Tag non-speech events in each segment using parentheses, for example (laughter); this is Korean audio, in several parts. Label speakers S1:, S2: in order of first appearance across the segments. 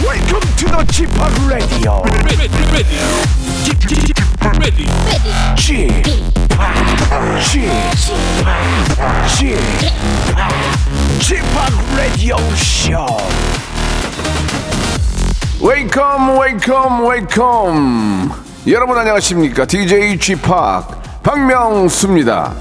S1: Welcome to the g p o p Radio.
S2: ready, ready, ready, ready.
S1: g p o p g p o p g p o p Radio Show. Welcome, welcome, welcome. 여러분 안녕하십니까? DJ g p o p 박명수입니다.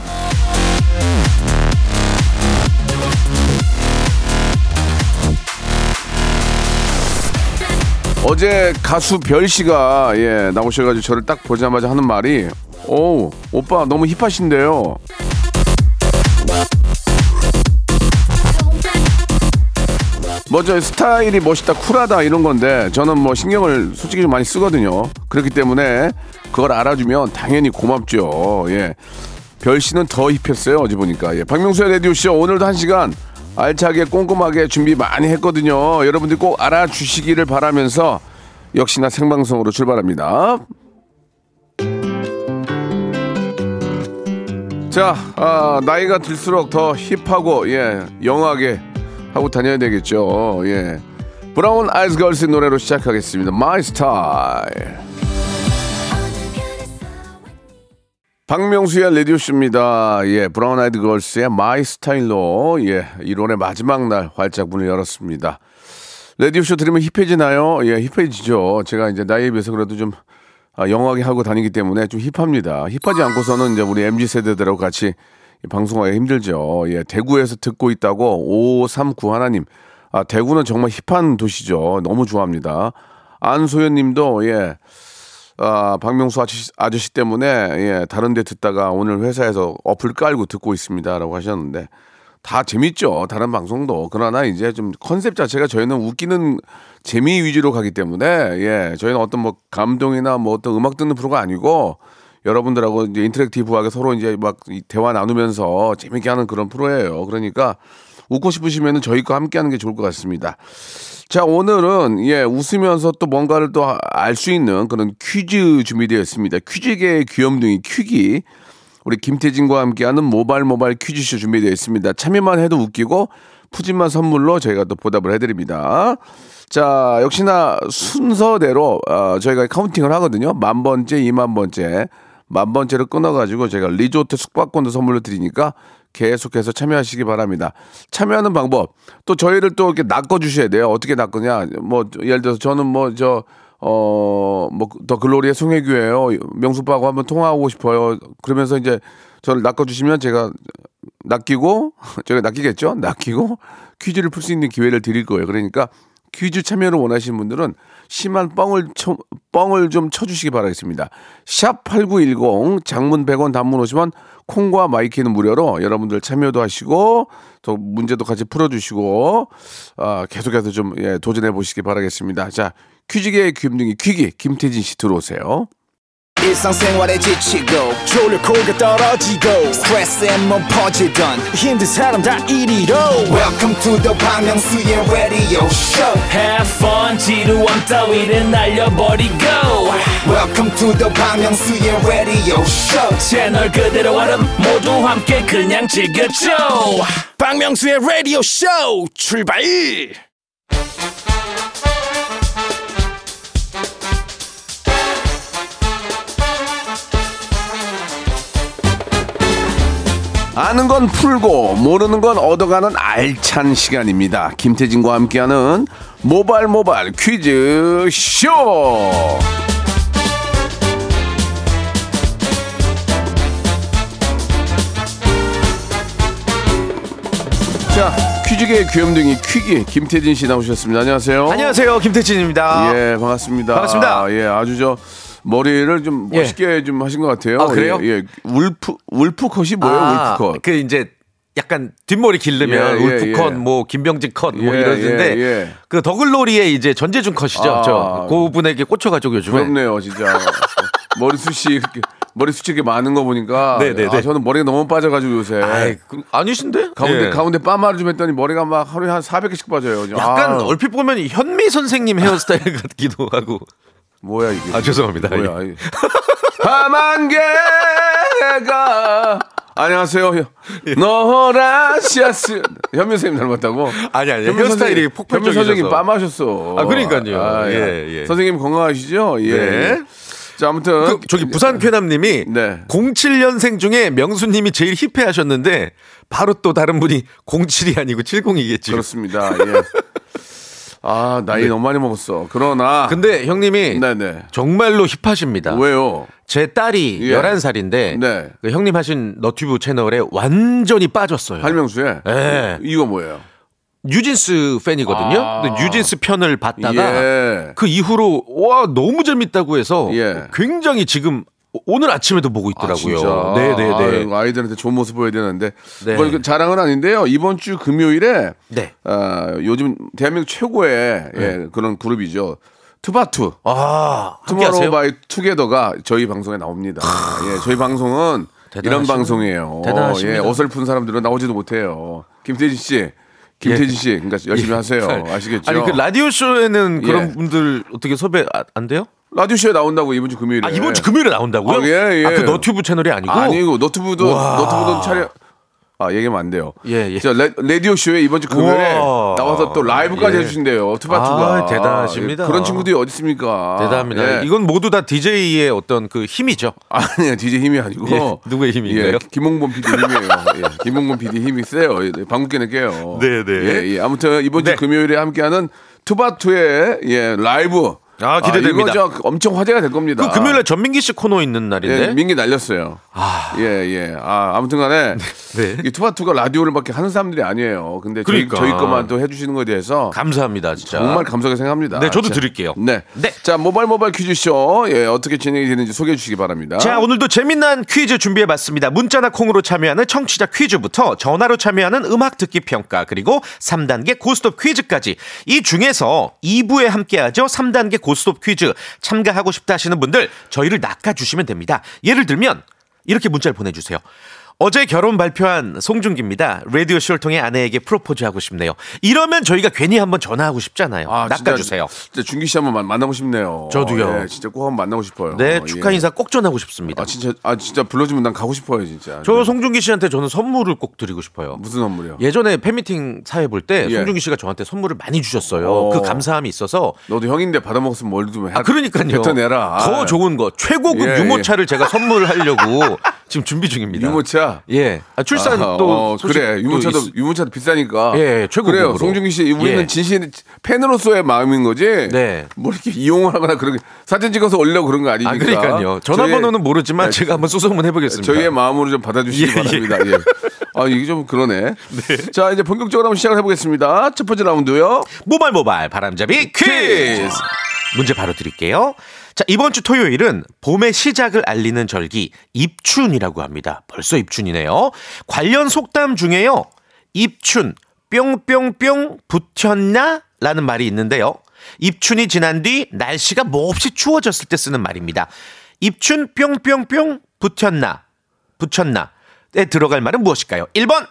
S1: 어제 가수 별 씨가 예 나오셔가지고 저를 딱 보자마자 하는 말이 오 오빠 너무 힙하신데요. 뭐 먼저 스타일이 멋있다 쿨하다 이런 건데 저는 뭐 신경을 솔직히 좀 많이 쓰거든요. 그렇기 때문에 그걸 알아주면 당연히 고맙죠. 예. 별 씨는 더 힙했어요 어제 보니까 예, 박명수의 라디오 쇼 오늘도 한 시간 알차게 꼼꼼하게 준비 많이 했거든요 여러분들 꼭 알아주시기를 바라면서 역시나 생방송으로 출발합니다 자 아, 나이가 들수록 더 힙하고 예 영하게 하고 다녀야 되겠죠 예 브라운 아이즈 걸스의 노래로 시작하겠습니다 마이 스타일 박명수의 라디오쇼입니다. 예, 브라운 아이드 걸스의 마이 스타일로, 예, 1월의 마지막 날 활짝 문을 열었습니다. 라디오쇼 들으면 힙해지나요? 예, 힙해지죠. 제가 이제 나이에 비해서 그래도 좀 아, 영하게 하고 다니기 때문에 좀 힙합니다. 힙하지 않고서는 이제 우리 MZ 세대들하고 같이 방송하기 힘들죠. 예, 대구에서 듣고 있다고 539 하나님. 아, 대구는 정말 힙한 도시죠. 너무 좋아합니다. 안소연 님도, 예, 아, 박명수 아저씨, 아저씨 때문에 예, 다른 데 듣다가 오늘 회사에서 어플 깔고 듣고 있습니다라고 하셨는데 다 재밌죠. 다른 방송도. 그러나 이제 좀 컨셉 자체가 저희는 웃기는 재미 위주로 가기 때문에 예, 저희는 어떤 뭐 감동이나 뭐 어떤 음악 듣는 프로가 아니고 여러분들하고 이제 인터랙티브하게 서로 이제 막이 대화 나누면서 재밌게 하는 그런 프로예요. 그러니까 웃고 싶으시면은 저희 거 함께 하는 게 좋을 것 같습니다. 자, 오늘은 예, 웃으면서 또 뭔가를 또 알 수 있는 그런 퀴즈 준비되어 있습니다. 퀴즈계의 귀염둥이 퀴기. 우리 김태진과 함께하는 모발 모발 퀴즈쇼 준비되어 있습니다. 참여만 해도 웃기고 푸짐한 선물로 저희가 또 보답을 해드립니다. 자, 역시나 순서대로 어, 저희가 카운팅을 하거든요. 만 번째, 이만 번째, 만 번째를 끊어가지고 제가 리조트 숙박권도 선물로 드리니까 계속해서 참여하시기 바랍니다. 참여하는 방법 또 저희를 또 이렇게 낚아 주셔야 돼요. 어떻게 낚으냐? 뭐 예를 들어서 저는 뭐저 어, 뭐, 더 글로리의 송혜교예요. 명수빠하고 한번 통화하고 싶어요. 그러면서 이제 저를 낚아주시면 제가 낚이고, (laughs) 제가 낚이겠죠? 낚이고, 퀴즈를 풀 수 있는 기회를 드릴 거예요. 그러니까 퀴즈 참여를 원하시는 분들은 심한 뻥을, 쳐, 뻥을 좀 쳐주시기 바라겠습니다. 샵8910, 장문 100원, 단문 50원, 콩과 마이키는 무료로 여러분들 참여도 하시고, 또 문제도 같이 풀어주시고, 아, 계속해서 좀 예, 도전해 보시기 바라겠습니다. 자, 퀴즈계의 귀염둥이 퀴기 김태진 씨 들어오세요.
S3: 일상생활에 지치고, 졸려 코가 떨어지고, 스트레스에 몸 퍼지던, 힘든 사람 다 이리로. welcome to the Bang Myung-soo's radio show
S4: Have fun 지루함 따위를 날려버리고
S3: welcome to the Bang Myung-soo's radio show
S4: 채널 그대로 얼음 모두 함께 그냥 즐겨줘
S3: 박명수의 radio show 출발
S1: 아는 건 풀고 모르는 건 얻어가는 알찬 시간입니다. 김태진과 함께하는 모발 모발 퀴즈 쇼. 자 퀴즈계의 귀염둥이 퀴기 김태진 씨 나오셨습니다. 안녕하세요.
S5: 안녕하세요, 김태진입니다.
S1: 예, 반갑습니다.
S5: 반갑습니다.
S1: 아, 예, 아주 저 머리를 좀
S5: 예.
S1: 멋있게 좀 하신 것 같아요.
S5: 아, 그래요?
S1: 예, 예. 울프 울프 컷이 뭐예요?
S5: 아,
S1: 울프 컷.
S5: 그 이제 약간 뒷머리
S1: 예,
S5: 길르면
S1: 예,
S5: 울프 컷,
S1: 예.
S5: 뭐 김병진 컷, 뭐
S1: 예,
S5: 이러는데
S1: 예, 예.
S5: 그 더글로리의 이제 전재준 컷이죠.
S1: 아.
S5: 저 그분에게 꽂혀가지고 요즘에
S1: 부럽네요, 진짜. (laughs) 머리숱이 이렇게 머리숱이 이렇게 많은 거 보니까
S5: 네, 네,
S1: 아,
S5: 네.
S1: 저는 머리가 너무 빠져가지고 요새
S5: 아이, 그- 아니신데
S1: 가운데
S5: 예.
S1: 가운데 빠마를 좀 했더니 머리가 막 하루에 한 400개씩 빠져요.
S5: 약간
S1: 아,
S5: 얼핏 보면 현미 선생님 헤어스타일
S1: (laughs)
S5: 같기도 하고. 예.
S1: 뭐야 이게?
S5: 아 죄송합니다.
S1: 뭐야? 이- 밤안개가 안녕하세요.
S5: 예.
S1: 노라시아스 현민 선생님 닮았다고?
S5: 아니, 아니,
S1: 현민 선생님,
S5: 헤어스타일이 폭발적이셔서.
S1: 현민 선생님 빠마셨어.
S5: 아, 그러니까요. 예, 예.
S1: 선생님 건강하시죠? 예.
S5: 네.
S1: 자 아무튼
S5: 그, 저기 부산 쾌남님이
S1: 예. 네.
S5: 07년생 중에 명수님이 제일 힙해하셨는데 바로 또 다른 분이 07이 아니고 70이겠지.
S1: 그렇습니다. 예. 아 나이 너무 많이 먹었어. 그러나
S5: 근데 형님이
S1: 네네
S5: 정말로 힙하십니다.
S1: 왜요?
S5: 제 딸이
S1: 예.
S5: 11살인데 그
S1: 네.
S5: 형님 하신 너튜브 채널에 완전히 빠졌어요.
S1: 할명수에
S5: 예.
S1: 이거 뭐예요?
S5: 뉴진스 팬이거든요.
S1: 아.
S5: 근데 뉴진스 편을 봤다가
S1: 예.
S5: 그 이후로 와 너무 재밌다고 해서
S1: 예.
S5: 굉장히 지금 오늘 아침에도 보고
S1: 아,
S5: 있더라고요.
S1: 진짜?
S5: 네네네.
S1: 아유, 아이들한테 좋은 모습 보여야 되는데
S5: 네.
S1: 뭐 이거 자랑은 아닌데요. 이번 주 금요일에
S5: 네.
S1: 아, 요즘 대한민국 최고의 예, 그런 그룹이죠. 투바투
S5: 아
S1: 투모로우
S5: 함께하세요?
S1: 바이 투게더가 저희 방송에 나옵니다. 예, 저희 방송은 이런
S5: 대단하십니다.
S1: 방송이에요.
S5: 대단하십니다.
S1: 예, 어설픈 사람들은 나오지도 못해요. 김태진 씨, 김태진 씨, 그러니까 열심히 하세요. 아시겠죠?
S5: 예. 아니 그 라디오 쇼에는
S1: 예.
S5: 그런 분들 어떻게 섭외 아- 안 돼요?
S1: 라디오 쇼에 나온다고 이번 주 금요일에.
S5: 아 이번 주 금요일에 나온다고요?
S1: 예. 아, 예, 예.
S5: 아, 그 너튜브 채널이 아니고
S1: 아니고 너튜브도
S5: 와.
S1: 너튜브도 차려 아 얘기하면 안 돼요.
S5: 예, 예.
S1: 자 레, 라디오 쇼에 이번 주 금요일에
S5: 우와.
S1: 나와서 또 라이브까지
S5: 예.
S1: 해주신대요. 투바투가
S5: 아, 대단하십니다.
S1: 예, 그런 친구들이 어디 있습니까?
S5: 대단합니다.
S1: 예.
S5: 이건 모두 다 DJ의 어떤 그 힘이죠.
S1: 아니야 DJ 힘이 아니고
S5: 예, 누구의 힘인가요?
S1: 예, 김홍범 PD 힘이에요. 예, 김홍범 PD 힘이 세요. 예, 방귀깨는 깨요.
S5: 네, 네.
S1: 예, 예. 아무튼 이번 주
S5: 네.
S1: 금요일에 함께하는 투바투의 예 라이브
S5: 아,
S1: 이거
S5: 기대됩니다.
S1: 저 엄청 화제가 될 겁니다.
S5: 그 네? 금요일에 전민기 씨 코너 있는 날인데.
S1: 아. 예, 민기 날렸어요. 예, 예. 아, 아무튼간에
S5: 네.
S1: 이 투바투가 라디오를밖에 하는 사람들이 아니에요. 근데
S5: 그러니까.
S1: 저희, 저희 것만 또 해주시는 거에 대해서
S5: 감사합니다 진짜.
S1: 정말 감사하게 생각합니다.
S5: 네, 저도
S1: 자,
S5: 드릴게요.
S1: 네.
S5: 네.
S1: 자, 모발 모발 퀴즈쇼 예, 어떻게 진행이 되는지 소개해 주시기 바랍니다.
S5: 자 오늘도 재미난 퀴즈 준비해봤습니다 문자나 콩으로 참여하는 청취자 퀴즈부터 전화로 참여하는 음악 듣기 평가 그리고 3단계 고스톱 퀴즈까지 이 중에서 2부에 함께하죠 3단계 고스톱 퀴즈 참가하고 싶다 하시는 분들 저희를 낚아주시면 됩니다 예를 들면 이렇게 문자를 보내주세요 어제 결혼 발표한 송중기입니다 라디오쇼를 통해 아내에게 프로포즈하고 싶네요 이러면 저희가 괜히 한번 전화하고 싶잖아요
S1: 진짜,
S5: 낚아주세요
S1: 진짜 준기 씨 한번 만- 만나고 싶네요.
S5: 저도요.
S1: 예, 진짜 꼭 한번 만나고 싶어요.
S5: 네
S1: 어,
S5: 축하
S1: 예.
S5: 인사 꼭 전하고 싶습니다
S1: 아, 진짜 아, 진짜 불러주면 난 가고 싶어요, 진짜.
S5: 저
S1: 네.
S5: 송중기 씨한테 저는 선물을 꼭 드리고 싶어요.
S1: 무슨 선물이요?
S5: 예전에 팬미팅 사회 볼 때
S1: 예.
S5: 송중기 씨가 저한테 선물을 많이 주셨어요.
S1: 어.
S5: 그 감사함이 있어서
S1: 너도 형인데 받아먹었으면 뭘좀 해.
S5: 아 그러니까요.
S1: 뱉어내라.
S5: 더
S1: 아,
S5: 좋은 거 최고급
S1: 예,
S5: 유모차를 제가 선물하려고 (laughs) 지금 준비 중입니다.
S1: 유모차.
S5: 예. 아, 출산
S1: 아,
S5: 또
S1: 어,
S5: 소식
S1: 그래
S5: 또
S1: 유모차도
S5: 있-
S1: 유모차도 비싸니까
S5: 예, 예, 최고급으로.
S1: 그래요 송중기 씨 우리는
S5: 예.
S1: 진심 팬으로서의 마음인 거지
S5: 네.
S1: 뭐 이렇게 이용하거나 그런 게 사진 찍어서 올려 그런 거 아니니까 네.
S5: 아 그러니까요. 전화번호는 모르지만 제가 한번 수소문 해보겠습니다.
S1: 저희의 마음으로 좀 받아주시기
S5: 예, 예.
S1: 바랍니다 예. 아 이게 좀 그러네 자 이제 본격적으로 한번 시작을 해보겠습니다 첫 번째 라운드요
S5: 모발 모발 바람잡이 네, 퀴즈.
S1: 퀴즈.
S5: 문제 바로 드릴게요. 자, 이번 주 토요일은 봄의 시작을 알리는 절기 입춘이라고 합니다. 벌써 입춘이네요. 관련 속담 중에요. 입춘 뿅뿅뿅 붙였나? 라는 말이 있는데요. 입춘이 지난 뒤 날씨가 몹시 추워졌을 때 쓰는 말입니다. 입춘 뿅뿅뿅 붙였나? 붙였나에 들어갈 말은 무엇일까요? 1번,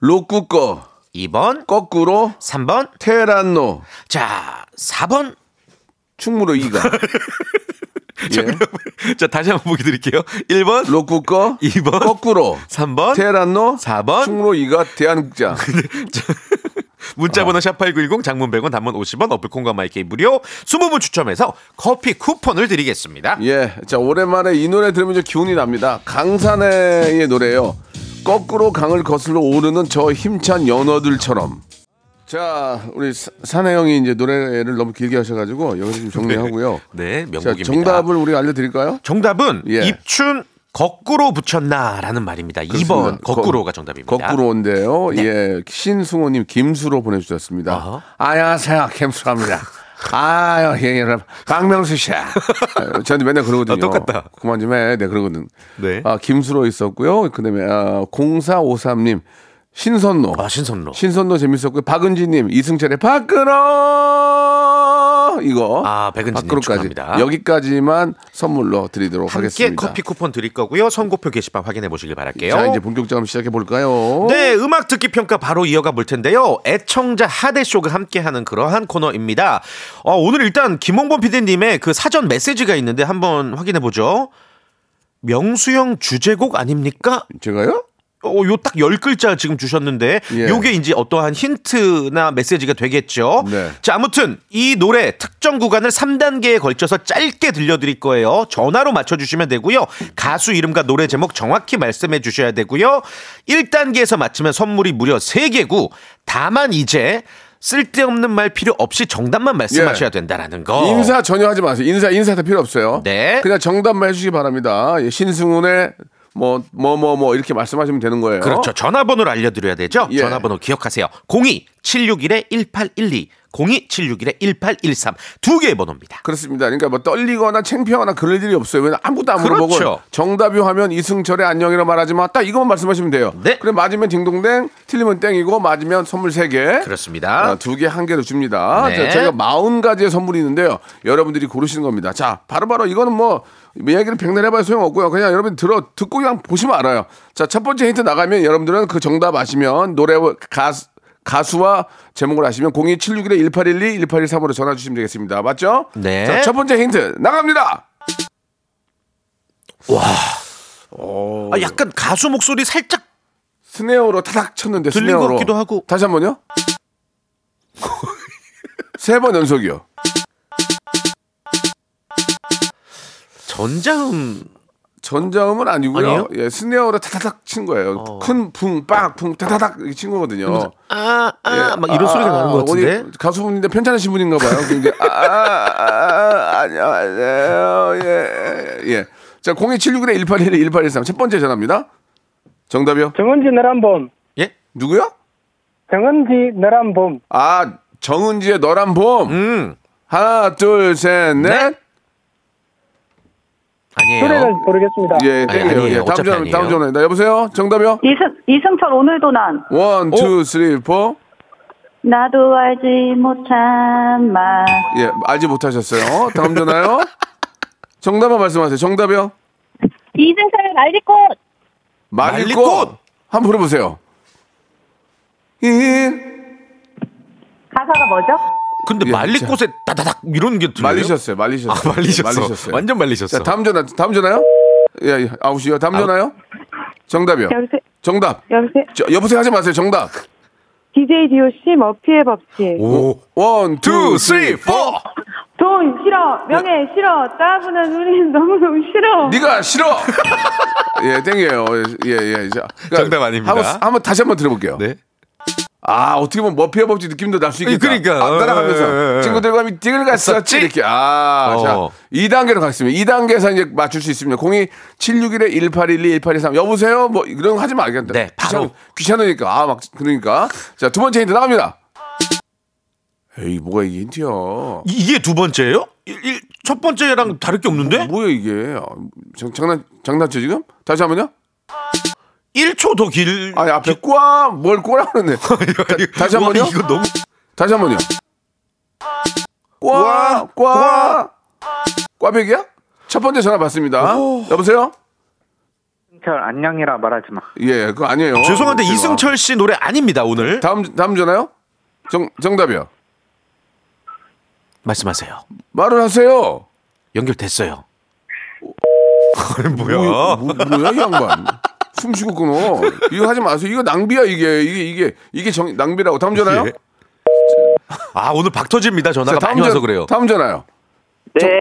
S1: 로꾸꺼
S5: 2번,
S1: 거꾸로
S5: 3번,
S1: 테란노
S5: 자, 4번.
S1: 충무로
S5: (laughs)
S1: 이가 예.
S5: 자, 다시 한번 보기 드릴게요. 1번,
S1: 로꾸꺼
S5: 이 번.
S1: 거꾸로
S5: 3번,
S1: 테란노
S5: 사 번.
S1: 충무로 이가 대한국장 아.
S5: 문자번호 샵8910 장문 100원 단문 50원 어플콘과 마이케이 무료 20분 추첨해서 커피 쿠폰을 드리겠습니다.
S1: 예, 자 오랜만에 이 노래 들으면 좀 기운이 납니다. 강산의 노래요. 거꾸로 강을 거슬러 오르는 저 힘찬 연어들처럼. 자, 우리 사- 산해 형이 이제 노래를 너무 길게 하셔가지고 여기서 좀 정리하고요.
S5: 네,
S1: 자,
S5: 명곡입니다.
S1: 정답을 우리가 알려드릴까요?
S5: 정답은
S1: 예.
S5: 입춘 거꾸로 붙였나라는 말입니다.
S1: 그렇습니다.
S5: 2번 거꾸로가 정답입니다. 네.
S1: 거꾸로인데요. 예, 신승호님 김수로 보내주셨습니다.
S5: 아하.
S1: 안녕하세요, 김수로입니다. 아유, 예, 예, 여러분. 박명수 씨. 아, 저한테 맨날 그러거든요.
S5: 아, 똑같다.
S1: 그만 좀 해. 네, 그러거든.
S5: 네.
S1: 아, 김수로 있었고요. 그 다음에, 아, 0453님. 신선노.
S5: 아, 신선로.
S1: 신선도 재밌었고요. 박은지님, 이승철의 박근호 이거.
S5: 아, 박은지님
S1: 박근호까지.
S5: 축하합니다.
S1: 여기까지만 선물로 드리도록
S5: 함께
S1: 하겠습니다.
S5: 커피 쿠폰 드릴 거고요. 선고표 게시판 확인해 보시길 바랄게요.
S1: 자, 이제 본격적으로 시작해 볼까요?
S5: 네, 음악 듣기 평가 바로 이어가 볼 텐데요. 애청자 하대쇼가 함께하는 그러한 코너입니다. 어, 오늘 일단 김홍범 PD님의 그 사전 메시지가 있는데 한번 확인해 보죠. 명수형 주제곡 아닙니까?
S1: 제가요?
S5: 어, 요 딱 열 글자 지금 주셨는데
S1: 예.
S5: 요게 이제 어떠한 힌트나 메시지가 되겠죠.
S1: 네.
S5: 자, 아무튼 이 노래 특정 구간을 3단계에 걸쳐서 짧게 들려드릴 거예요. 전화로 맞춰주시면 되고요. 가수 이름과 노래 제목 정확히 말씀해 주셔야 되고요. 1단계에서 맞추면 선물이 무려 3개고 다만 이제 쓸데없는 말 필요 없이 정답만 말씀하셔야 된다라는 거.
S1: 예. 인사 전혀 하지 마세요. 인사 인사 다 필요 없어요.
S5: 어. 네.
S1: 그냥 정답만 해주시기 바랍니다. 예, 신승훈의 뭐 뭐 뭐 뭐 이렇게 말씀하시면 되는 거예요.
S5: 그렇죠. 전화번호를 알려드려야 되죠.
S1: 예.
S5: 전화번호 기억하세요. 02761-1812, 02761-1813. 두 개의 번호입니다.
S1: 그렇습니다. 그러니까 뭐 떨리거나 창피하거나 그럴 일이 없어요. 왜냐 아무도 안
S5: 그렇죠.
S1: 물어보고 정답이 하면 이승철의 안녕이라 말하지 마. 딱 이것만 말씀하시면 돼요.
S5: 네.
S1: 그래 맞으면 딩동댕, 틀리면 땡이고 맞으면 선물 세 개.
S5: 그렇습니다.
S1: 아, 두 개 한 개로 줍니다.
S5: 아, 네.
S1: 자, 저희가 40가지의 선물이 있는데요. 여러분들이 고르시는 겁니다. 자, 바로바로 이거는 뭐 이야기를 백날 해봐야 소용없고요. 그냥 여러분 들어 듣고 그냥 보시면 알아요. 자, 첫 번째 힌트 나가면 여러분들은 그 정답 아시면 노래 가수 가수와 제목을 아시면 02761-1812, 1813으로 전화 주시면 되겠습니다. 맞죠?
S5: 네.
S1: 자, 첫 번째 힌트 나갑니다.
S5: 아, 약간 가수 목소리 살짝
S1: 스네어로 타닥 쳤는데
S5: 들린
S1: 스네어로.
S5: 것 같기도 하고.
S1: 다시 한 번요. (laughs) 세 번 연속이요.
S5: 전자음
S1: 전자음은 아니고요.
S5: 아니에요? 어.
S1: 예, 스네어로 타타닥 친 거예요. 큰 붕, 빡, 붕, 타타닥 이렇게 친 거거든요.
S5: 아, 아,
S1: 예.
S5: 막 이런
S1: 아,
S5: 소리가 나는 것
S1: 어디
S5: 같은데.
S1: 가수분인데 편찮으신 분인가 봐요. 근데 아, 아, 아, 아, 안녕하세요. 예. 예. 자, 02761의 1811 1813. 첫 번째 전화입니다. 정답이요.
S6: 정은지 너란봄.
S5: 예?
S1: 누구요?
S6: 정은지 너란봄.
S1: 아, 정은지의 너란 봄.
S5: 음. 네?
S1: 하나, 둘, 셋, 넷.
S5: 넷.
S6: 노래를
S5: 아니에요.
S6: 모르겠습니다.
S1: 예,
S5: 아니,
S1: 땡이에요.
S5: 아니에요.
S1: 예, 다음
S5: 어차피
S1: 전 다음
S5: 아니에요.
S1: 전화입니다. 여보세요? 정답이요?
S7: 이승, 이승철 오늘도 난
S1: 원,
S5: 어?
S1: 투, 쓰리, 포.
S7: 나도 알지 못한 말
S1: 예, 알지 못하셨어요. 다음 전화요. 정답만 말씀하세요. 정답이요.
S7: 이승철 말리꽃
S1: 말리꽃.
S5: 말리꽃!
S1: 한번 부르보세요. 인
S7: 가사가 뭐죠?
S5: 근데
S1: 예,
S5: 말리꽃에 따다닥 이런 게 들려요?
S1: 말리셨어요. 말리셨어요.
S5: 아, 말리셨어.
S1: 예, 말리셨어요.
S5: 완전 말리셨어.
S1: 자, 다음 전화. 다음 전화요. 예, 예 아웃이요. 다음
S5: 아웃.
S1: 전화요. 정답이요.
S8: 여보세요?
S1: 정답.
S8: 여보세요?
S1: 저, 여보세요 하지 마세요. 정답.
S8: DJ DOC 머피의 법칙.
S5: 오.
S1: 원, 투,
S5: 투,
S1: 쓰리,
S5: 쓰리,
S1: 포.
S5: 포.
S8: 돈 싫어, 명예 싫어, 따분한 우린 너무너무 싫어.
S1: 네가 싫어. (laughs) 예, 땡이에요. 예, 예. 예. 자, 그러니까
S5: 정답 아닙니다.
S1: 한번, 한번 다시 한번 들어볼게요.
S5: 네.
S1: 아 어떻게 보면 머피의 법칙 느낌도 날 수 있겠다.
S5: 그러니까.
S1: 아, 따라가면서
S5: 어, 어, 어.
S1: 친구들과 미팅을 갔었지
S5: 갔었지?
S1: 이렇게. 아,
S5: 어.
S1: 자, 2단계로 가겠습니다. 2단계에서 이제 맞출 수 있습니다. 02 761에 1812 1823 여보세요. 뭐 이런 거 하지 말겠다.
S5: 네, 바로.
S1: 귀찮, 귀찮으니까. 아, 막 그러니까. 자, 두 번째 힌트 나갑니다. 에이, 뭐가 이게 힌트야?
S5: 이- 이게 두 번째예요? 일, 일, 첫 번째랑 다를 게 없는데?
S1: 뭐야 이게? 아, 장, 장난 장난쳐 지금? 다시 한번요.
S5: 일 1초 더 길.
S1: 아,
S5: (laughs)
S1: 앞에 꼬아 뭘 꼬라는데. 다시 한
S5: 와,
S1: 번요?
S5: 이거 너무
S1: 다시 한번요. 꽈, 꽈, 꽈배기야? 첫 번째 전화 받습니다. 여보세요?
S6: 이승철 안녕이라 말하지 마.
S1: 예, 그거 아니에요.
S5: 죄송한데
S1: 제가.
S5: 이승철 씨 노래 아닙니다 오늘.
S1: 다음 다음 전화요? 정 정답이요.
S5: 말씀하세요.
S1: 말을 하세요.
S5: 연결됐어요. 뭐야?
S1: 뭐, 뭐, 뭐야 이 양반? 숨쉬고 끊어. 이거 하지 마세요. 이거 낭비야 이게 이게 이게 이게 정, 낭비라고. 다음 전화요?
S5: 예. 아 오늘 박터집니다 전화가
S1: 자,
S5: 많이 와서 그래요.
S1: 다음 전화요.
S9: 네.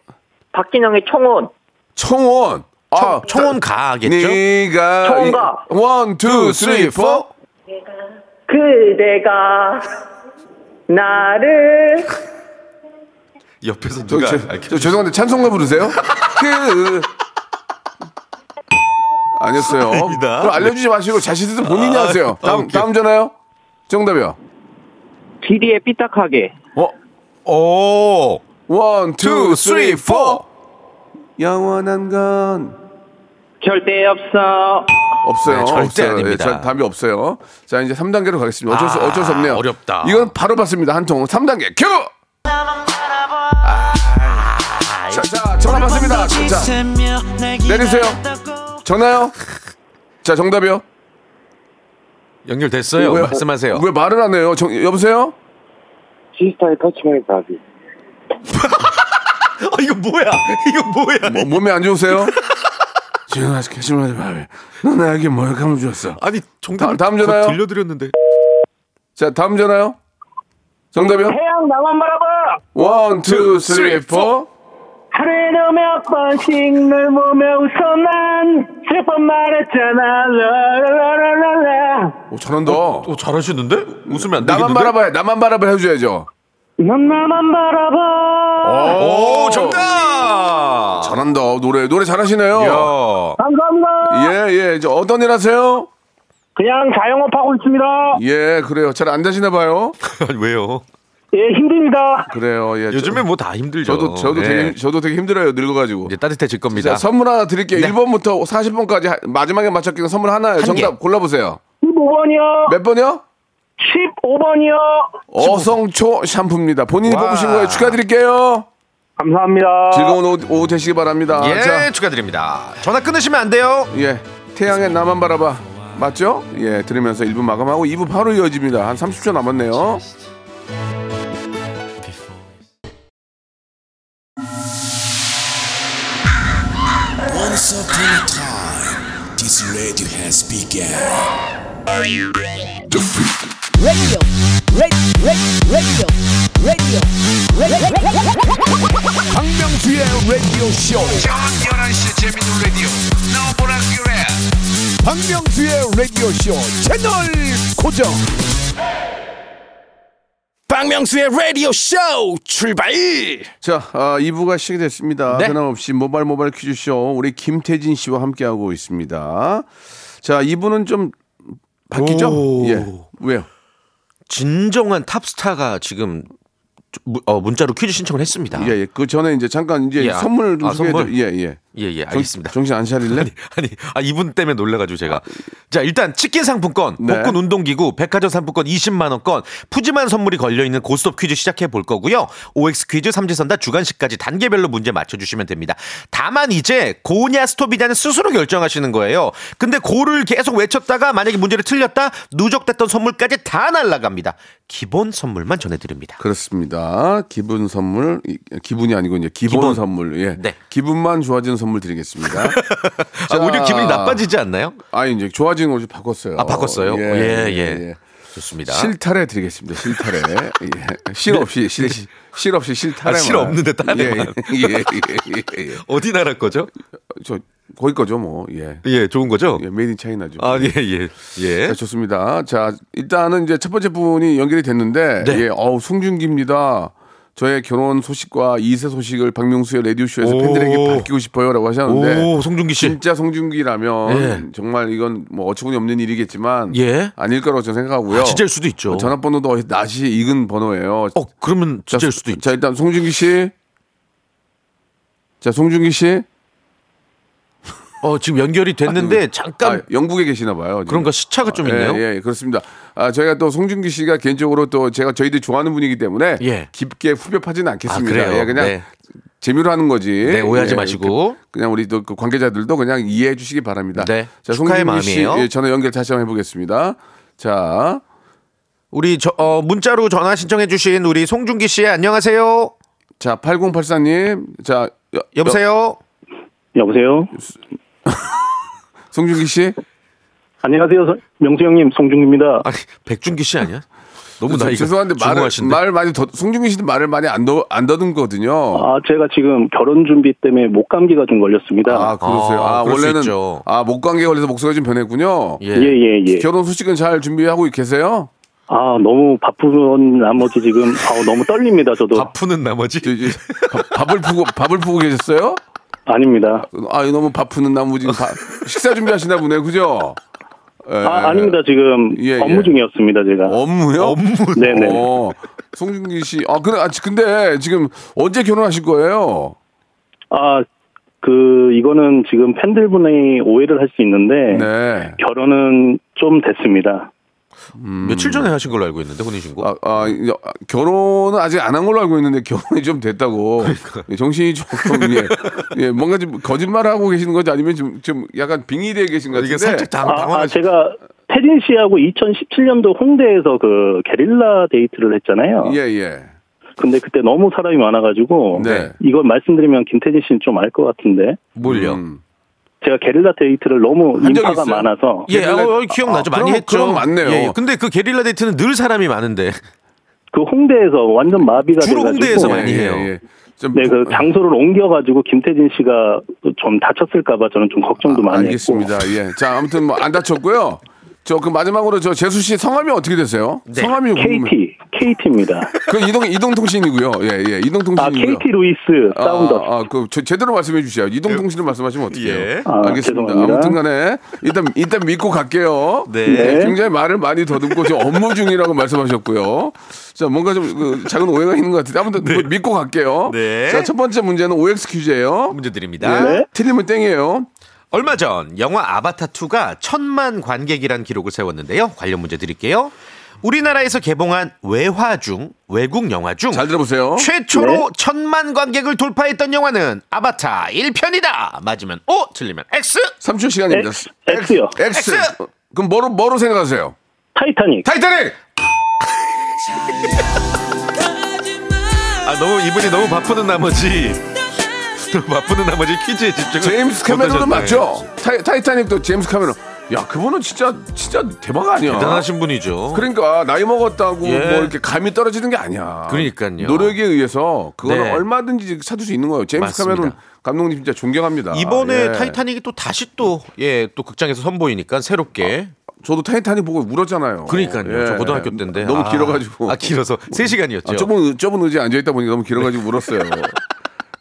S9: 박진영의 청혼.
S1: 청원. 아,
S5: 청혼 가겠죠?
S1: 네가
S9: 청원가.
S1: 원, 투, 쓰리, 포.
S9: 그대가 나를
S5: 옆에서
S1: 저,
S5: 누가
S1: 저,
S5: 알겠-
S1: 저 죄송한데 찬송가 (laughs) 부르세요? 그 아니었어요.
S5: 아닙니다.
S1: 그럼 알려주지 마시고 자신도 본인이
S5: 아,
S1: 하세요.
S5: 아,
S1: 다음
S5: 웃겨.
S1: 다음 전화요. 정답이요.
S9: 비리에 삐딱하게
S1: 어,
S5: 오
S1: 원, 투,
S5: 투,
S1: 쓰리,
S5: 쓰리,
S1: 포. 영원한 건
S9: 절대 없어.
S1: 없어요.
S5: 네, 절대
S1: 없어요.
S5: 아닙니다.
S1: 자, 답이 없어요. 자, 이제 3단계로 가겠습니다. 어쩔 수,
S5: 아,
S1: 어쩔 수 없네요.
S5: 어렵다.
S1: 이건 바로 봤습니다. 한 통. 3단계 큐. 아, 자, 자, 전화 받습니다. 자, 내리세요. 전화요. 자, 정답이요.
S5: 연결됐어요.
S1: 왜-
S5: 네, 말씀하세요.
S1: 왜 말을 안 해요? 정, 여보세요?
S6: 시스타의 터치마이 바비.
S5: 아 이거 뭐야? 이거 뭐야?
S1: 어, 뭐,
S5: (laughs)
S1: 몸이 안 좋으세요? 지금 아직 캐시마지 마왜? 너 나에게 모욕감을 주었어.
S5: 아니 정답
S1: 다- 다음 전화요?
S5: 들려드렸는데
S1: 자 다음 전화요. 정답이요?
S9: 태양 나만 바라봐
S5: 어,
S1: 원, 투, 쓰리, 포.
S9: 하루에도 몇 번씩 널 보며 웃어 난 슬픈 말했잖아 라라라라라
S1: 오 잘한다.
S5: 어, 잘하시는데? 웃으면 안 되겠는데?
S1: 나만 바라봐야 나만 바라봐 해줘야죠.
S9: 넌 나만 바라봐
S1: 어.
S5: 오 정답
S1: 잘한다 어, 노래 노래 잘하시네요.
S5: 야 (laughs)
S9: 감사합니다
S1: 예예 이제 어떤 일 하세요?
S9: 그냥 자영업하고 있습니다
S1: 예 그래요 잘 안 되시나 봐요.
S5: 아니, 왜요?
S9: 예 힘듭니다
S1: 그래요 예.
S5: 요즘에 뭐 다 힘들죠.
S1: 저, 도 저도
S5: 네. 예,
S1: 되게 저도 되게 힘들어요 늙어가지고.
S5: 이제 따뜻해질 겁니다. 네.
S1: 자, 선물 하나 드릴게요. 1번부터 40번까지 마지막에 맞췄기는 선물 하나예요. 정답
S5: 개.
S1: 골라보세요.
S9: 15번이요
S1: 몇 번이요?
S9: 15번이요
S1: 어성초 샴푸입니다. 본인이
S5: 와.
S1: 뽑으신 거예요. 축하드릴게요.
S9: 감사합니다
S1: 즐거운 오후, 오후 되시기 바랍니다.
S5: 아. 예
S1: 자,
S5: 축하드립니다. 전화 끊으시면 안 돼요.
S1: 예. 태양의 나만 바라봐. 맞죠? 예, 들으면서 1부 마감하고 2부 바로 이어집니다. 한 30초 남았네요.
S4: 박명수의 라디오 쇼 출발
S1: 자, 아, 2부가 시작이 됐습니다.
S5: 네.
S1: 변함없이 모발 모발 퀴즈쇼 우리 김태진 씨와 함께하고 있습니다. 자, 2부는 좀 바뀌죠?
S5: 오.
S1: 예. 왜요?
S5: 진정한 탑스타가 지금 주- 문- 어, 문자로 퀴즈 신청을 했습니다.
S1: 예, 예. 그 전에 이제 잠깐 이제
S5: 예, 아,
S1: 선물 좀
S5: 아,
S1: 소개해
S5: 선물?
S1: 드릴 예, 예.
S5: 예, 예, 알겠습니다.
S1: 정, 신안 차릴래?
S5: 아니, 아, 이분 때문에 놀래가지고 제가. 자, 일단 치킨 상품권,
S1: 네.
S5: 복근 운동기구, 백화점 상품권 20만원권, 푸짐한 선물이 걸려있는 고스톱 퀴즈 시작해 볼 거고요. OX 퀴즈, 삼지선다, 주간식까지 단계별로 문제 맞춰주시면 됩니다. 다만 이제 고냐 스톱이냐는 스스로 결정하시는 거예요. 근데 고를 계속 외쳤다가 만약에 문제를 틀렸다, 누적됐던 선물까지 다 날라갑니다. 기본 선물만 전해드립니다.
S1: 그렇습니다. 기분 선물 이- 기분이 아니고 이제 기본,
S5: 기본.
S1: 선물. 예.
S5: 네.
S1: 기분만 좋아지는 선물 드리겠습니다.
S5: (laughs) 아,
S1: 자,
S5: 오히려 기분이 나빠지지 않나요?
S1: 아니 이제 좋아지는 옷이 바꿨어요.
S5: 아, 바꿨어요? 예, 예. 좋습니다.
S1: 실타래 드리겠습니다. 실타래. 예. 실 없이 실, 실 없이 실타래.
S5: 네. 아, 실 없는데 타래만.
S1: 예, 예, 예, 예, 예.
S5: 어디 나라 거죠?
S1: 저 거기 거죠, 뭐. 예.
S5: 예, 좋은 거죠?
S1: 예, 메이드 인 차이나죠.
S5: 아, 예, 예,
S1: 자,
S5: 예.
S1: 네, 좋습니다. 자, 일단은 이제 첫 번째 분이 연결이 됐는데,
S5: 네.
S1: 예, 어우, 송중기입니다. 저의 결혼 소식과 이세 소식을 박명수의 라디오쇼에서
S5: 오.
S1: 팬들에게 밝히고 싶어요. 라고 하셨는데,
S5: 오, 송중기 씨.
S1: 진짜 송중기라면
S5: 예.
S1: 정말 이건 뭐 어처구니 없는 일이겠지만,
S5: 예.
S1: 아닐 거라고 저는 생각하고요. 뭐
S5: 아, 진짜일 수도 있죠.
S1: 어. 전화번호도 낯이 익은 번호예요.
S5: 어, 그러면 진짜일 수도 있죠.
S1: 자, 일단 송중기 씨. 자, 송중기 씨.
S5: 어, 지금 연결이 됐는데 네. 잠깐
S1: 아, 영국에 계시나 봐요. 지금.
S5: 그런가 시차가 좀 있네요.
S1: 예, 예, 그렇습니다. 아, 저희가 또 송중기 씨가 개인적으로 또 제가 저희들이 좋아하는 분이기 때문에
S5: 예.
S1: 깊게 후벼파지는 않겠습니다.
S5: 아, 그래요?
S1: 예, 그냥
S5: 네.
S1: 재미로 하는 거지.
S5: 네, 오해하지
S1: 예,
S5: 마시고.
S1: 그, 냥 우리 또 그 관계자들도 그냥 이해해 주시기 바랍니다.
S5: 네,
S1: 송중기
S5: 축하의 마음이에요.
S1: 씨, 예, 전화 연결 다시 한번 해보겠습니다. 자,
S5: 우리 저, 어, 문자로 전화 신청해 주신 우리 송중기 씨 안녕하세요.
S1: 자, 8084님, 자, 여,
S5: 여보세요?
S9: 여보세요
S1: 여- 송중기 씨,
S9: 안녕하세요 서- 명수 형님 송중기입니다
S5: 아니, 백준기 씨 아니야? 너무
S1: 저-
S5: 나이가
S1: 죄송한데 말을
S5: 중후하신데.
S1: 말 많이 더, 송중기 씨도 말을 많이 안, 더, 안 더듬거든요.
S9: 아 제가 지금 결혼 준비 때문에 목 감기가 좀
S1: 아
S9: 걸렸습니다
S1: 그러세요. 아,
S5: 아, 그럴 수
S1: 원래는
S5: 있죠.
S1: 아 목관계 걸려서 목소리가 좀 변했군요.
S5: 예.
S9: 예 예예
S1: 결혼 소식은 잘 준비하고 계세요?
S9: 아 너무 바쁜 나머지 지금 아우, 너무 떨립니다 저도
S5: 밥 푸는 나머지
S1: 저, 저, 밥- 밥을 푸고 밥을 푸고 계셨어요?
S9: 아닙니다
S1: 아 너무 바쁘는 나무지 바- 식사 준비하시나 보네 그죠? 예.
S9: 아 아닙니다 지금
S1: 예,
S9: 업무
S1: 예.
S9: 중이었습니다 제가
S1: 업무요? 업무.
S9: 네네
S1: 어, 송중기 씨. 아 그래. 아, 근데 지금 언제 결혼하실 거예요?
S9: 아 그 이거는 지금 팬들분이 오해를 할 수 있는데
S1: 네.
S9: 결혼은 좀 됐습니다
S5: 며칠 전에 하신 걸로 알고 있는데 혼인 신고.
S1: 아, 아, 이제, 아, 결혼은 아직 안 한 걸로 알고 있는데 결혼이 좀 됐다고. 예, 정신이 조금 예, 예, 뭔가 좀 거짓말 하고 계시는 건지 아니면 좀, 좀 약간 빙의되어 계신 것 같은데.
S5: 이게 살짝 당,
S9: 아,
S5: 황하
S9: 아,
S5: 시
S9: 제가 태진 씨하고 2017년도 홍대에서 그 게릴라 데이트를 했잖아요.
S1: 예, 예.
S9: 근데 그때 너무 사람이 많아가지고
S1: 네.
S9: 이걸 말씀드리면 김태진 씨는 좀 알 것 같은데
S5: 뭘요?
S1: 음.
S9: 제가 게릴라 데이트를 너무
S1: 한적
S9: 인파가
S1: 있어요?
S9: 많아서
S5: 예,
S1: 게릴라-
S5: 어, 어, 기억나죠.
S1: 아,
S5: 많이
S1: 그럼-
S5: 했죠.
S1: 그럼 맞네요.
S5: 예, 예. 근데 그 게릴라 데이트는 늘 사람이 많은데. (laughs)
S9: 그 홍대에서 완전 마비가
S5: 주로
S9: 돼가지고
S5: 홍대에서 많이
S1: 네.
S5: 해요.
S1: 예, 좀
S9: 네, 그 장소를 옮겨가지고 김태진 씨가 좀 다쳤을까봐 저는 좀 걱정도 많이
S1: 아, 알겠습니다. 예. 자, 아무튼 뭐 안 다쳤고요. 저 그 마지막으로 저 재수 씨 성함이 어떻게 되세요?
S5: 네.
S1: 성함이
S9: 했고 KT KT입니다.
S1: 그 이동 이동통신이고요. 예, 예. 이동통신이고요. (laughs)
S9: 아 KT 루이스 사운드.
S1: 아, 아, 그 제- 제대로 말씀해 주셔야 이동통신을 말씀하시면 어떡해요?
S5: 예.
S9: 아,
S1: 알겠습니다.
S9: 죄송합니다.
S1: 아무튼간에 일단 일단 믿고 갈게요.
S5: 네.
S1: 예, 굉장히 말을 많이 더듬고 지금 업무 중이라고 말씀하셨고요. 자, 뭔가 좀 그 작은 오해가 있는 것 같은데 아무튼 그걸 믿고 갈게요.
S5: 네.
S1: 자, 첫 번째 문제는 OX 퀴즈예요.
S5: 문제 드립니다.
S1: 예.
S9: 네.
S1: 틀리면 땡이에요.
S5: 얼마 전 영화 아바타 2가 천만 관객이란 기록을 세웠는데요. 관련 문제 드릴게요. 우리나라에서 개봉한 외화 중 외국 영화 중
S1: 잘 들어보세요. 네.
S5: 최초로 천만 관객을 돌파했던 영화는 아바타 1편이다. 맞으면 O, 틀리면 X.
S1: 3초 시간입니다.
S9: X, X요.
S1: X.
S5: X.
S1: 그럼 뭐로 뭐로 생각하세요?
S9: 타이타닉.
S1: 타이타닉.
S5: 아 너무 이분이 너무 바쁘는 나머지 너무 바쁘는 나머지 퀴즈에 집중을
S1: 제임스
S5: 도
S1: 카메론은 맞죠? 타이, 타이타닉도 제임스 카메론. 야, 그분은 진짜 진짜 대박 아니야.
S5: 대단하신 분이죠.
S1: 그러니까 나이 먹었다고
S5: 예.
S1: 뭐 이렇게 감이 떨어지는 게 아니야.
S5: 그러니까요.
S1: 노력에 의해서 그거는
S5: 네.
S1: 얼마든지 찾을 수 있는 거예요. 제임스
S5: 맞습니다.
S1: 카메론 감독님 진짜 존경합니다.
S5: 이번에
S1: 예.
S5: 타이타닉이 또 다시 또 예, 또 극장에서 선보이니까 새롭게
S1: 저도 타이타닉 보고 울었잖아요.
S5: 그러니까요.
S1: 예.
S5: 저 고등학교 때인데
S1: 너무
S5: 아.
S1: 길어가지고.
S5: 아 길어서 3 시간이었죠.
S1: 아, 좁은 좁은 의자에 앉아 있다 보니까 너무 길어가지고
S5: (laughs)
S1: 울었어요.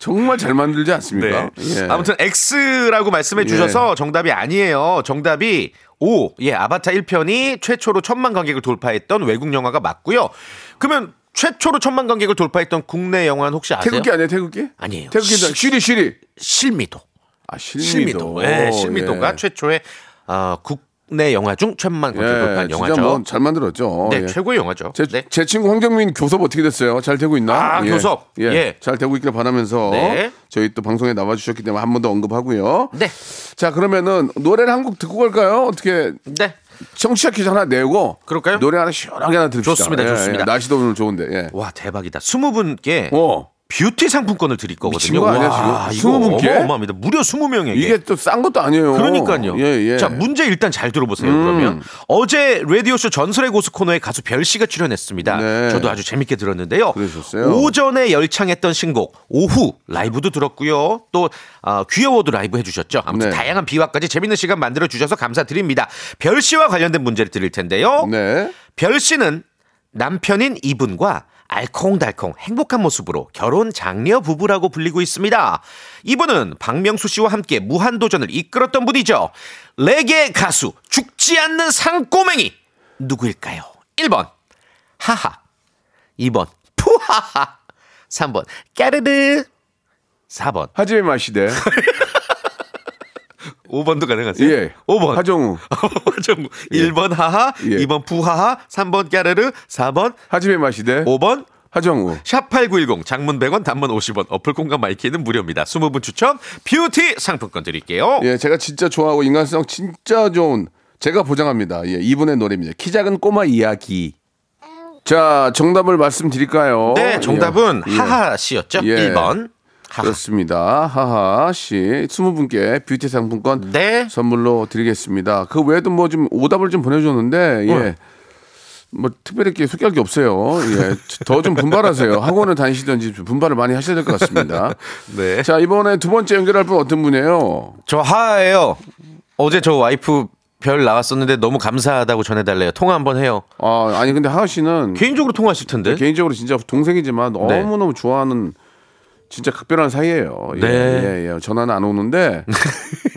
S1: 정말 잘 만들지 않습니까? 예.
S5: 네. 아무튼 X라고 말씀해 주셔서 정답이 아니에요. 정답이 O. 예, 아바타 1편이 최초로 천만 관객을 돌파했던 외국 영화가 맞고요. 그러면 최초로 천만 관객을 돌파했던 국내 영화는 혹시 아세요?
S1: 태극기 아니에요? 태극기?
S5: 아니에요.
S1: 태극기
S5: 시-
S1: 쉬리 쉬리.
S5: 실미도.
S1: 아 실미도.
S5: 실미도. 예, 실미도가
S1: 예.
S5: 최초의 어, 국내 영화 중 천만 관객 을
S1: 예,
S5: 돌파한
S1: 진짜
S5: 영화죠.
S1: 뭐 잘 만들었죠.
S5: 네,
S1: 예.
S5: 최고의 영화죠.
S1: 제,
S5: 네.
S1: 제 친구 황정민 교섭 어떻게 됐어요? 잘 되고 있나?
S5: 아, 교섭.
S1: 예.
S5: 예.
S1: 잘 되고 있길 바라면서
S5: 네.
S1: 저희 또 방송에 나와주셨기 때문에 한 번 더 언급하고요.
S5: 네.
S1: 자, 그러면은 노래를 한 곡 듣고 갈까요? 어떻게
S5: 네.
S1: 청취자 퀴즈 하나 내고
S5: 그럴까요?
S1: 노래 하나 시원하게 하나 들읍시다.
S5: 좋습니다,
S1: 예, 예.
S5: 좋습니다.
S1: 날씨도 오늘 좋은데. 예.
S5: 와, 대박이다. 20분께
S1: 어.
S5: 뷰티 상품권을 드릴 거거든요.
S1: 미친 거 아니야,
S5: 와,
S1: 지금?
S5: 이거
S1: 20 분께?
S5: 어마어마합니다. 무려 20명에게.
S1: 이게 또 싼 것도 아니에요.
S5: 예. 그러니까요.
S1: 예, 음. 예.
S5: 자, 문제 일단 잘 들어보세요. 그러면 어제 라디오쇼 전설의 고수 코너에 가수 별 씨가 출연했습니다.
S1: 네.
S5: 저도 아주 재밌게 들었는데요.
S1: 그러셨어요?
S5: 오전에 열창했던 신곡, 오후 라이브도 들었고요. 또 아, 귀여워도 라이브 해주셨죠. 아무튼
S1: 네.
S5: 다양한 비화까지 재밌는 시간 만들어 주셔서 감사드립니다. 별 씨와 관련된 문제를 드릴 텐데요.
S1: 네.
S5: 별 씨는 남편인 이분과 알콩달콩 행복한 모습으로 결혼 장려 부부라고 불리고 있습니다. 이분은 박명수 씨와 함께 무한도전을 이끌었던 분이죠. 레게 가수 죽지 않는 산꼬맹이 누구일까요? 1번 하하 2번 푸하하 3번 까르르 4번
S1: 하지의 마시대.
S5: 5번도 가능하세요?
S1: 예.
S5: 5번 (laughs)
S1: 하정우.
S5: 화정구 1번 하하
S1: 예.
S5: 2번 푸하하 3번 까르르 4번
S1: 하지의 마시대.
S5: 5번
S1: 하정우.
S5: 샵8910 장문 100원 단문 50원 어플 공감 마이키는 무료입니다. 20분 추첨 뷰티 상품권 드릴게요.
S1: 예, 제가 진짜 좋아하고 인간성 진짜 좋은 제가 보장합니다. 예, 이분의 노래입니다. 키 작은 꼬마 이야기. 자, 정답을 말씀드릴까요?
S5: 네, 정답은
S1: 어, 예, 예.
S5: 하하 씨였죠.
S1: 예.
S5: 1번. 하하.
S1: 그렇습니다. 하하 씨, 20분께 뷰티 상품권
S5: 네.
S1: 선물로 드리겠습니다. 그 외에도 뭐 좀 오답을 좀 보내줬는데, 예.
S5: 네.
S1: 뭐 특별히 이렇게 소개할 게 없어요. 예. 더 좀 분발하세요. 학원을 다니시든지 좀 분발을 많이 하셔야 될 것 같습니다.
S5: (laughs) 네.
S1: 자, 이번에 두 번째 연결할 분 어떤 분이에요?
S5: 저 하하예요. 어제 저 와이프 별 나왔었는데 너무 감사하다고 전해 달래요. 통화 한번 해요.
S1: 아, 아니, 근데 하하 씨는
S5: 개인적으로 통화하실 텐데.
S1: 개인적으로 진짜 동생이지만
S5: 네.
S1: 너무너무 좋아하는 진짜 각별한 사이예요. 예,
S5: 네.
S1: 예, 예. 전화는 안
S5: (laughs)
S1: 오는데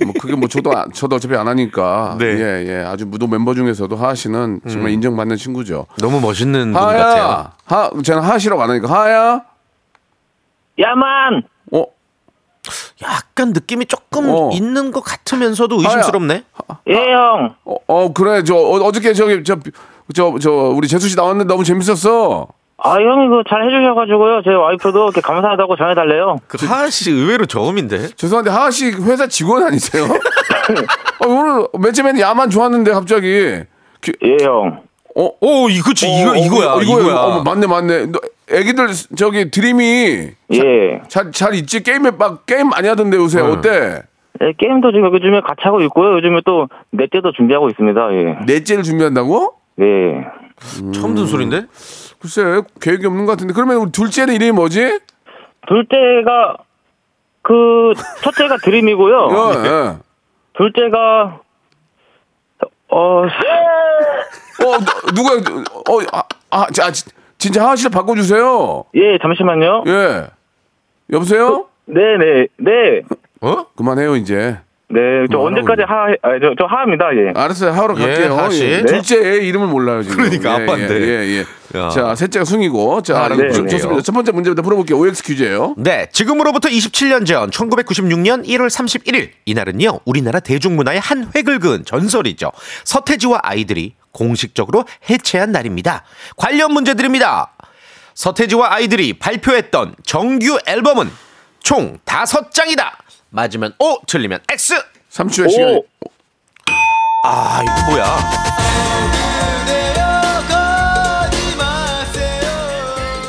S1: 뭐 그게 뭐 저도 아- 저도 어차피 안 하니까
S5: 네. 음.
S1: 예, 예. 아주 무도 멤버 중에서도 하하 씨는 정말 인정받는 친구죠.
S5: 너무 멋있는 분 같아요.
S1: 하야, 하, 저는 하하 씨라고 안 하니까 하야,
S9: 야만.
S1: 어,
S5: 약간 느낌이 조금
S1: 어.
S5: 있는 것 같으면서도
S1: 하야.
S5: 의심스럽네.
S9: 예 형.
S1: 어, 어, 그래 저 어, 어저께 저기 저. 저, 저, 우리 재수 씨 나왔는데 너무 재밌었어.
S9: 아 형이 그거 잘 해주셔가지고요. 제 와이프도 이렇게 감사하다고 전해달래요.
S5: 그 하하 씨 의외로 저음인데.
S1: 죄송한데, 하하 씨 회사 직원 아니세요? 어, 오늘 맨 처음에는 야만 좋았는데, 갑자기. 기-
S9: 예 형.
S1: 어,
S5: 오, 이 그치
S1: 어,
S5: 이거
S1: 어,
S5: 이거야
S1: 어,
S5: 이거야.
S1: 어머, 맞네 맞네. 너 애기들 저기 드림이
S9: 예.
S1: 잘 잘 있지 게임에 막 게임 많이 하던데 요새 어때?
S9: 예, 게임도 지금 요즘에 같이 하고 있고요. 요즘에 또 넷째도 준비하고 있습니다. 예.
S1: 넷째를 준비한다고?
S9: 예.
S5: 처음 듣는 소린데?
S1: 글쎄 계획이 없는 것 같은데 그러면 우리 둘째는 이름이 뭐지?
S9: 둘째가 그 (laughs) 첫째가
S1: 어,
S9: 드림이고요.
S5: 아, 네.
S1: 예.
S9: 둘째가 어
S1: 어 누- 누가 어아 아, 자, 지- 진짜 하하 씨를 바꿔주세요.
S9: 예, 잠시만요.
S1: 예. 여보세요?
S9: 네, 네. 네.
S5: 어?
S1: 그만해요 이제.
S9: 네, 저
S1: 뭐라고
S9: 언제까지
S1: 그래?
S9: 하, 아, 저, 저 하입니다, 예.
S1: 알았어요. 하하로
S5: 예,
S1: 갈게요.
S5: 하하 씨.
S1: 예.
S5: 네.
S1: 둘째 애 이름을 몰라요 지금.
S5: 그러니까
S1: 예,
S5: 아빠인데.
S1: 예, 예.
S5: 야.
S1: 자 셋째가 숭이고 자
S5: 아,
S1: 네,
S9: 네,
S1: 좋-
S9: 네.
S1: 좋습니다. 첫 번째 문제부터 풀어볼게요. OX 퀴즈예요.
S5: 네, 지금으로부터 27년 전 1996년 1월 31일 이날은요 우리나라 대중문화의 한 획을 그은 전설이죠 서태지와 아이들이 공식적으로 해체한 날입니다. 관련 문제 드립니다. 서태지와 아이들이 발표했던 정규 앨범은 총 다섯 장이다. 맞으면 O, 틀리면 X.
S1: 3초의 시간.
S5: 아 이거 뭐야?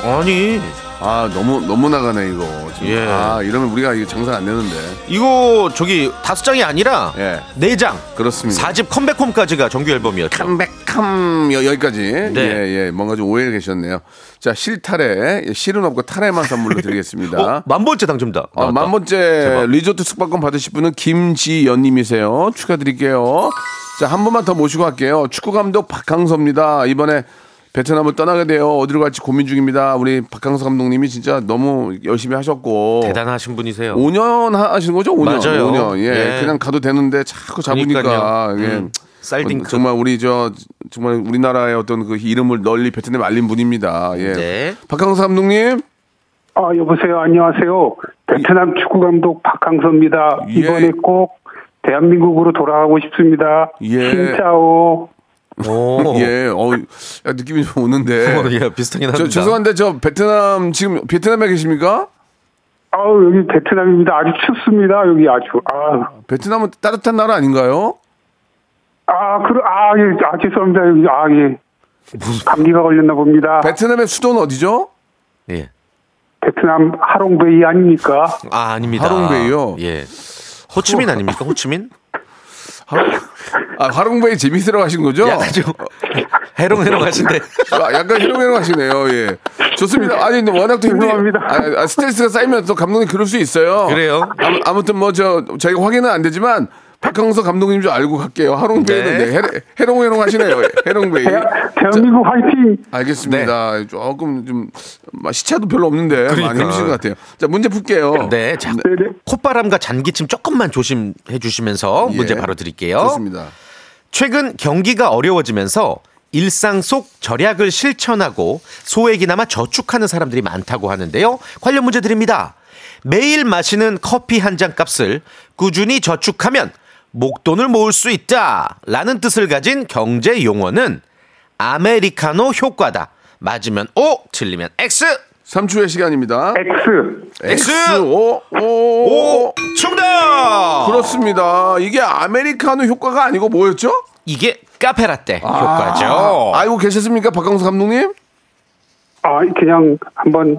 S5: 아니
S1: 아 너무 너무 나가네 이거. 지금.
S5: 예.
S1: 아 이러면 우리가 이거 장사 안 되는데.
S5: 이거 저기 다섯 장이 아니라
S1: 예.
S5: 네 장.
S1: 그렇습니다.
S5: 4집 컴백홈까지가 정규 앨범이었죠.
S1: 컴백함 여- 여기까지
S5: 네.
S1: 예, 예. 뭔가 좀 오해를 계셨네요 자 실타래 예, 실은 없고 타래만 선물로 드리겠습니다
S5: 어, 만 번째 당첨자.
S1: 아,
S5: 나왔다.
S1: 만 번째 리조트 숙박권 받으실 분은 김지연님이세요. 축하드릴게요. 자, 한 번만 더 모시고 갈게요. 축구 감독 박항서입니다. 이번에 베트남을 떠나게 돼요. 어디로 갈지 고민 중입니다. 우리 박항서 감독님이 진짜 너무 열심히 하셨고.
S5: 대단하신 분이세요.
S1: 5년 하신 거죠? 5년.
S5: 맞아요.
S1: 5년. 예.
S5: 예.
S1: 그냥 가도 되는데 자꾸 잡으니까.
S5: 그러니까요.
S1: 예.
S5: 음, 쌀딩크.
S1: 정말 우리 저 정말 우리나라의 어떤 그 이름을 널리 베트남에 알린 분입니다. 예.
S5: 네.
S1: 박항서 감독님.
S6: 아 여보세요 안녕하세요 베트남 축구 감독 박항서입니다
S1: 예.
S6: 이번에 꼭 대한민국으로 돌아가고 싶습니다
S1: 예.
S6: 진짜오
S5: 오. 예.
S1: 예, 어, 야, 느낌이 좀
S5: (laughs)
S1: 오는데.
S5: 예, 비슷하긴 합니다.
S1: 저 죄송한데 저 베트남 지금 베트남에 계십니까?
S6: 아우 여기 베트남입니다 아주 춥습니다 여기 아주 아
S1: 베트남은 따뜻한 나라 아닌가요?
S6: 아, 그러, 아, 예, 아, 죄송합니다. 여기, 아, 예. 감기가 걸렸나 봅니다.
S1: 베트남의 수도는 어디죠?
S5: 예.
S6: 베트남 하롱베이 아닙니까?
S5: 아, 아닙니다.
S1: 하롱베이요? 어.
S5: 예. 호치민 아닙니까?
S1: (laughs)
S5: 호치민?
S1: 아, 화롱베이 재밌으러 가신 거죠?
S5: 약간 좀 (laughs) 해롱해롱 하신데.
S1: 아, 약간 희롱희롱 하시네요. 예. 좋습니다. 아니, 근데 워낙 또 힘들...
S6: 죄송합니다.
S1: 아, 아, 스트레스가 쌓이면 또 감독님 그럴 수 있어요.
S5: 그래요.
S1: 아무, 아무튼 뭐 저 저희가 확인은 안 되지만 박항서 감독님 좀 알고 갈게요. 하롱베이는
S5: 네.
S1: 네. 헤- 해롱해롱 하시네요. 예, 해롱베이.
S6: 대한민국 화이팅!
S1: 알겠습니다. 조금 좀 아, 시차도 별로 없는데 많이
S5: 네. 그러니까.
S1: 힘드신 것 같아요. 자 문제 풀게요.
S5: 네, 자,
S6: 네네.
S5: 콧바람과 잔기침 조금만 조심해 주시면서
S1: 예.
S5: 문제 바로 드릴게요.
S1: 좋습니다.
S5: 최근 경기가 어려워지면서 일상 속 절약을 실천하고 소액이나마 저축하는 사람들이 많다고 하는데요. 관련 문제 드립니다. 매일 마시는 커피 한 잔 값을 꾸준히 저축하면 목돈을 모을 수 있다. 라는 뜻을 가진 경제 용어는 아메리카노 효과다. 맞으면 O, 틀리면 X.
S1: 3초의 시간입니다.
S6: X.
S5: X.
S1: 오, 오,
S5: O, 정답!
S1: 그렇습니다. 이게 아메리카노 효과가 아니고 뭐였죠?
S5: 이게 카페라떼 효과죠.
S1: 아, 알고 계셨습니까, 박강수 감독님?
S6: 아, 그냥 한번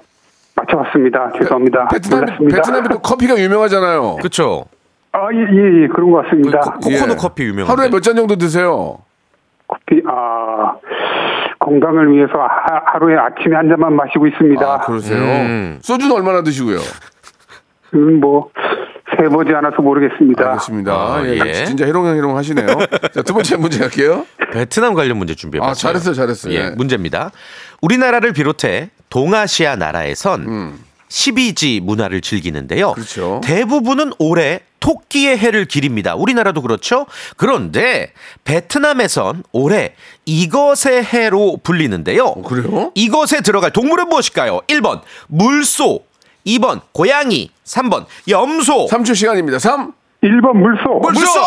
S6: 맞춰봤습니다. 죄송합니다.
S1: 베트남,
S6: 몰랐습니다.
S1: 베트남이 또 커피가 유명하잖아요.
S5: 그쵸.
S6: 아, 예, 예, 예, 그런 것 같습니다.
S5: 코- 코코넛 커피 유명한데.
S1: 예. 하루에 몇 잔 정도 드세요?
S6: 커피, 아, 건강을 위해서 하, 하루에 아침에 한 잔만 마시고 있습니다.
S1: 아, 그러세요.
S5: 음.
S1: 소주는 얼마나 드시고요?
S6: 음, 뭐, 세보지 않아서 모르겠습니다.
S1: 알겠습니다.
S5: 아,
S1: 예,
S5: 예.
S1: 진짜 해롱해롱 하시네요. 자, 두 번째 문제 갈게요.
S5: 베트남 관련 문제 준비해봤어요.
S1: 아, 잘했어요, 잘했어요.
S5: 예,
S1: 예.
S5: 문제입니다. 우리나라를 비롯해 동아시아 나라에선 12지 문화를 즐기는데요.
S1: 그렇죠.
S5: 대부분은 올해 토끼의 해를 기립니다. 우리나라도 그렇죠. 그런데 베트남에선 올해 이것의 해로 불리는데요.
S1: 그래요?
S5: 이것에 들어갈 동물은 무엇일까요? 1번 물소, 2번 고양이, 3번 염소.
S1: 3초 시간입니다. 3,
S6: 1번 물소.
S5: 물소!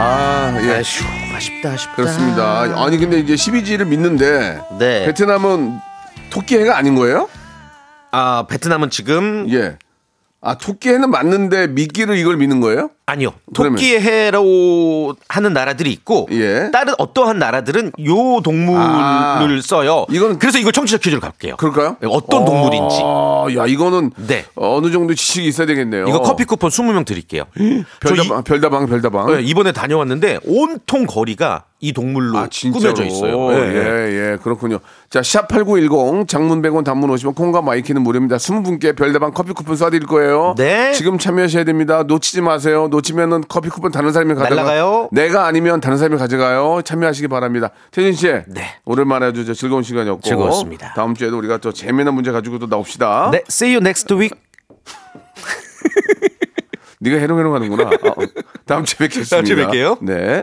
S1: 아, 예.
S5: 아이고, 아쉽다, 아쉽다.
S1: 그렇습니다. 아니, 근데 이제 12지를 믿는데,
S5: 네.
S1: 베트남은 토끼 해가 아닌 거예요?
S5: 아 베트남은 지금
S1: 예. 아, 토끼에는 맞는데 미끼를 이걸 미는 거예요?
S5: 아니요.
S1: 그러면-
S5: 토끼의 해로 하는 나라들이 있고
S1: 예.
S5: 다른 어떠한 나라들은 요 동물을
S1: 아.
S5: 써요.
S1: 이거는-
S5: 그래서 이거 청취자 퀴즈로 갈게요. 네,
S1: 그럴까요?
S5: 예, 어떤 동물인지.
S1: 아, 야, 이거는
S5: 네.
S1: 어느 정도 지식이 있어야 되겠네요.
S5: 이거 커피 예, 쿠폰 20명 드릴게요. 저 네,
S1: 별다방, 별다방, 별다방.
S5: 이, 번에 다녀왔는데 온통 거리가 이 동물로
S1: 아, 진짜로?
S5: 꾸며져 있어요. 네.
S1: 예, 예, 그렇군요. 자, 샵8910 장문 100원 단문 50원 콩과 마이키는 무료입니다. 20분께 별다방 커피 쿠폰 쏴드릴 거예요.
S5: 네.
S1: 지금 참여하셔야 됩니다. 놓치지 마세요. 놓치면은 커피 쿠폰 다른 사람이 가져가.
S5: 날라가요.
S1: 내가 아니면 다른 사람이 가져가요. 참여하시기 바랍니다. 태진 씨.
S5: 네.
S1: 오랜만에 아주 저 즐거운 시간이었고.
S5: 즐거웠습니다.
S1: 다음 주에도 우리가 또 재미난 문제 가지고 또 나옵시다.
S5: 네, see you next week.
S1: 네가 해롱해롱 하는구나. 어, 어. 다음 주에 뵙겠습니다.
S5: 다음 주에 뵐게요.
S1: 네.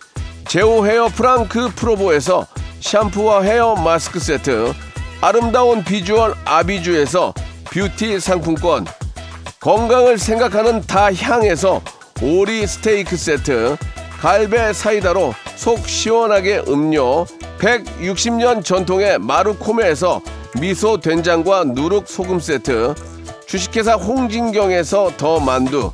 S1: 제오 헤어 프랑크 프로보에서 샴푸와 헤어 마스크 세트 아름다운 비주얼 아비주에서 뷰티 상품권 건강을 생각하는 다향에서 오리 스테이크 세트 갈배 사이다로 속 시원하게 음료 160년 전통의 마루코메에서 미소 된장과 누룩 소금 세트 주식회사 홍진경에서 더 만두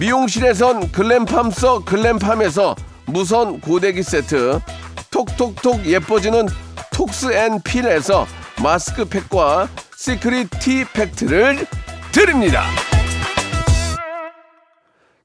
S1: 미용실에선 글램팜서 글램팜에서 무선 고데기 세트 톡톡톡 예뻐지는 톡스앤필에서 마스크팩과 시크릿 티팩트를 드립니다.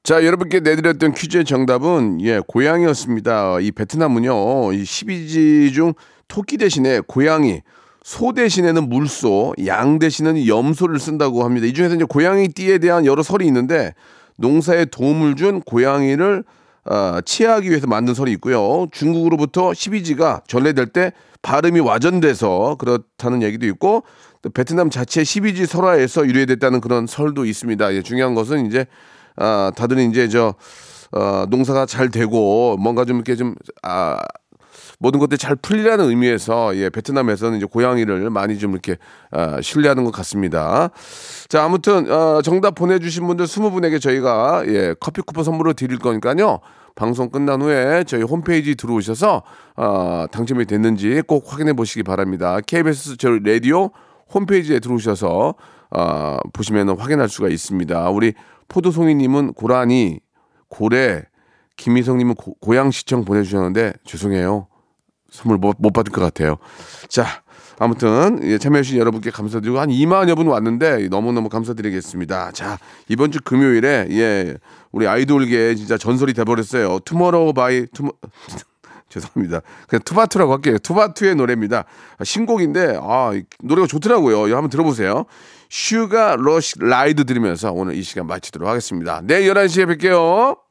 S1: 자, 여러분께 내드렸던 퀴즈의 정답은 예, 고양이였습니다. 이 베트남은요. 이 12지 중 토끼 대신에 고양이, 소 대신에는 물소, 양 대신에는 염소를 쓴다고 합니다. 이 중에서 이제 고양이 띠에 대한 여러 설이 있는데 농사에 도움을 준 고양이를 아, 치하기 위해서 만든 설이 있고요. 중국으로부터 12지가 전래될 때 발음이 와전돼서 그렇다는 얘기도 있고 또 베트남 자체 12지 설화에서 유래됐다는 그런 설도 있습니다. 예, 중요한 것은 이제 아, 다들 이제 저 어, 농사가 잘 되고 뭔가 좀 이렇게 좀 아, 모든 것들이 잘 풀리라는 의미에서 예, 베트남에서는 이제 고양이를 많이 좀 이렇게 아, 신뢰하는 것 같습니다. 자, 아무튼 어, 정답 보내주신 분들 20분에게 저희가 예, 커피 쿠폰 선물로 드릴 거니까요. 방송 끝난 후에 저희 홈페이지 들어오셔서 어, 당첨이 됐는지 꼭 확인해 보시기 바랍니다. KBS 저 라디오 홈페이지에 들어오셔서 어, 보시면 확인할 수가 있습니다. 우리 포도송이님은 고라니, 고래, 김희성님은 고- 고양시청 보내주셨는데 죄송해요. 선물 못, 못 받을 것 같아요. 자, 아무튼 예, 참여해주신 여러분께 감사드리고 한 2만여 분 왔는데 너무너무 감사드리겠습니다. 자, 이번 주 금요일에 예, 우리 아이돌계 진짜 전설이 돼버렸어요. 투모로우 바이 투모 (laughs) 죄송합니다. 그냥 투바투라고 할게요. 투바투의 노래입니다. 아, 신곡인데 아, 이 노래가 좋더라고요. 이거 한번 들어보세요. 슈가 러쉬 라이드 들으면서 오늘 이 시간 마치도록 하겠습니다. 내일 11시에 뵐게요.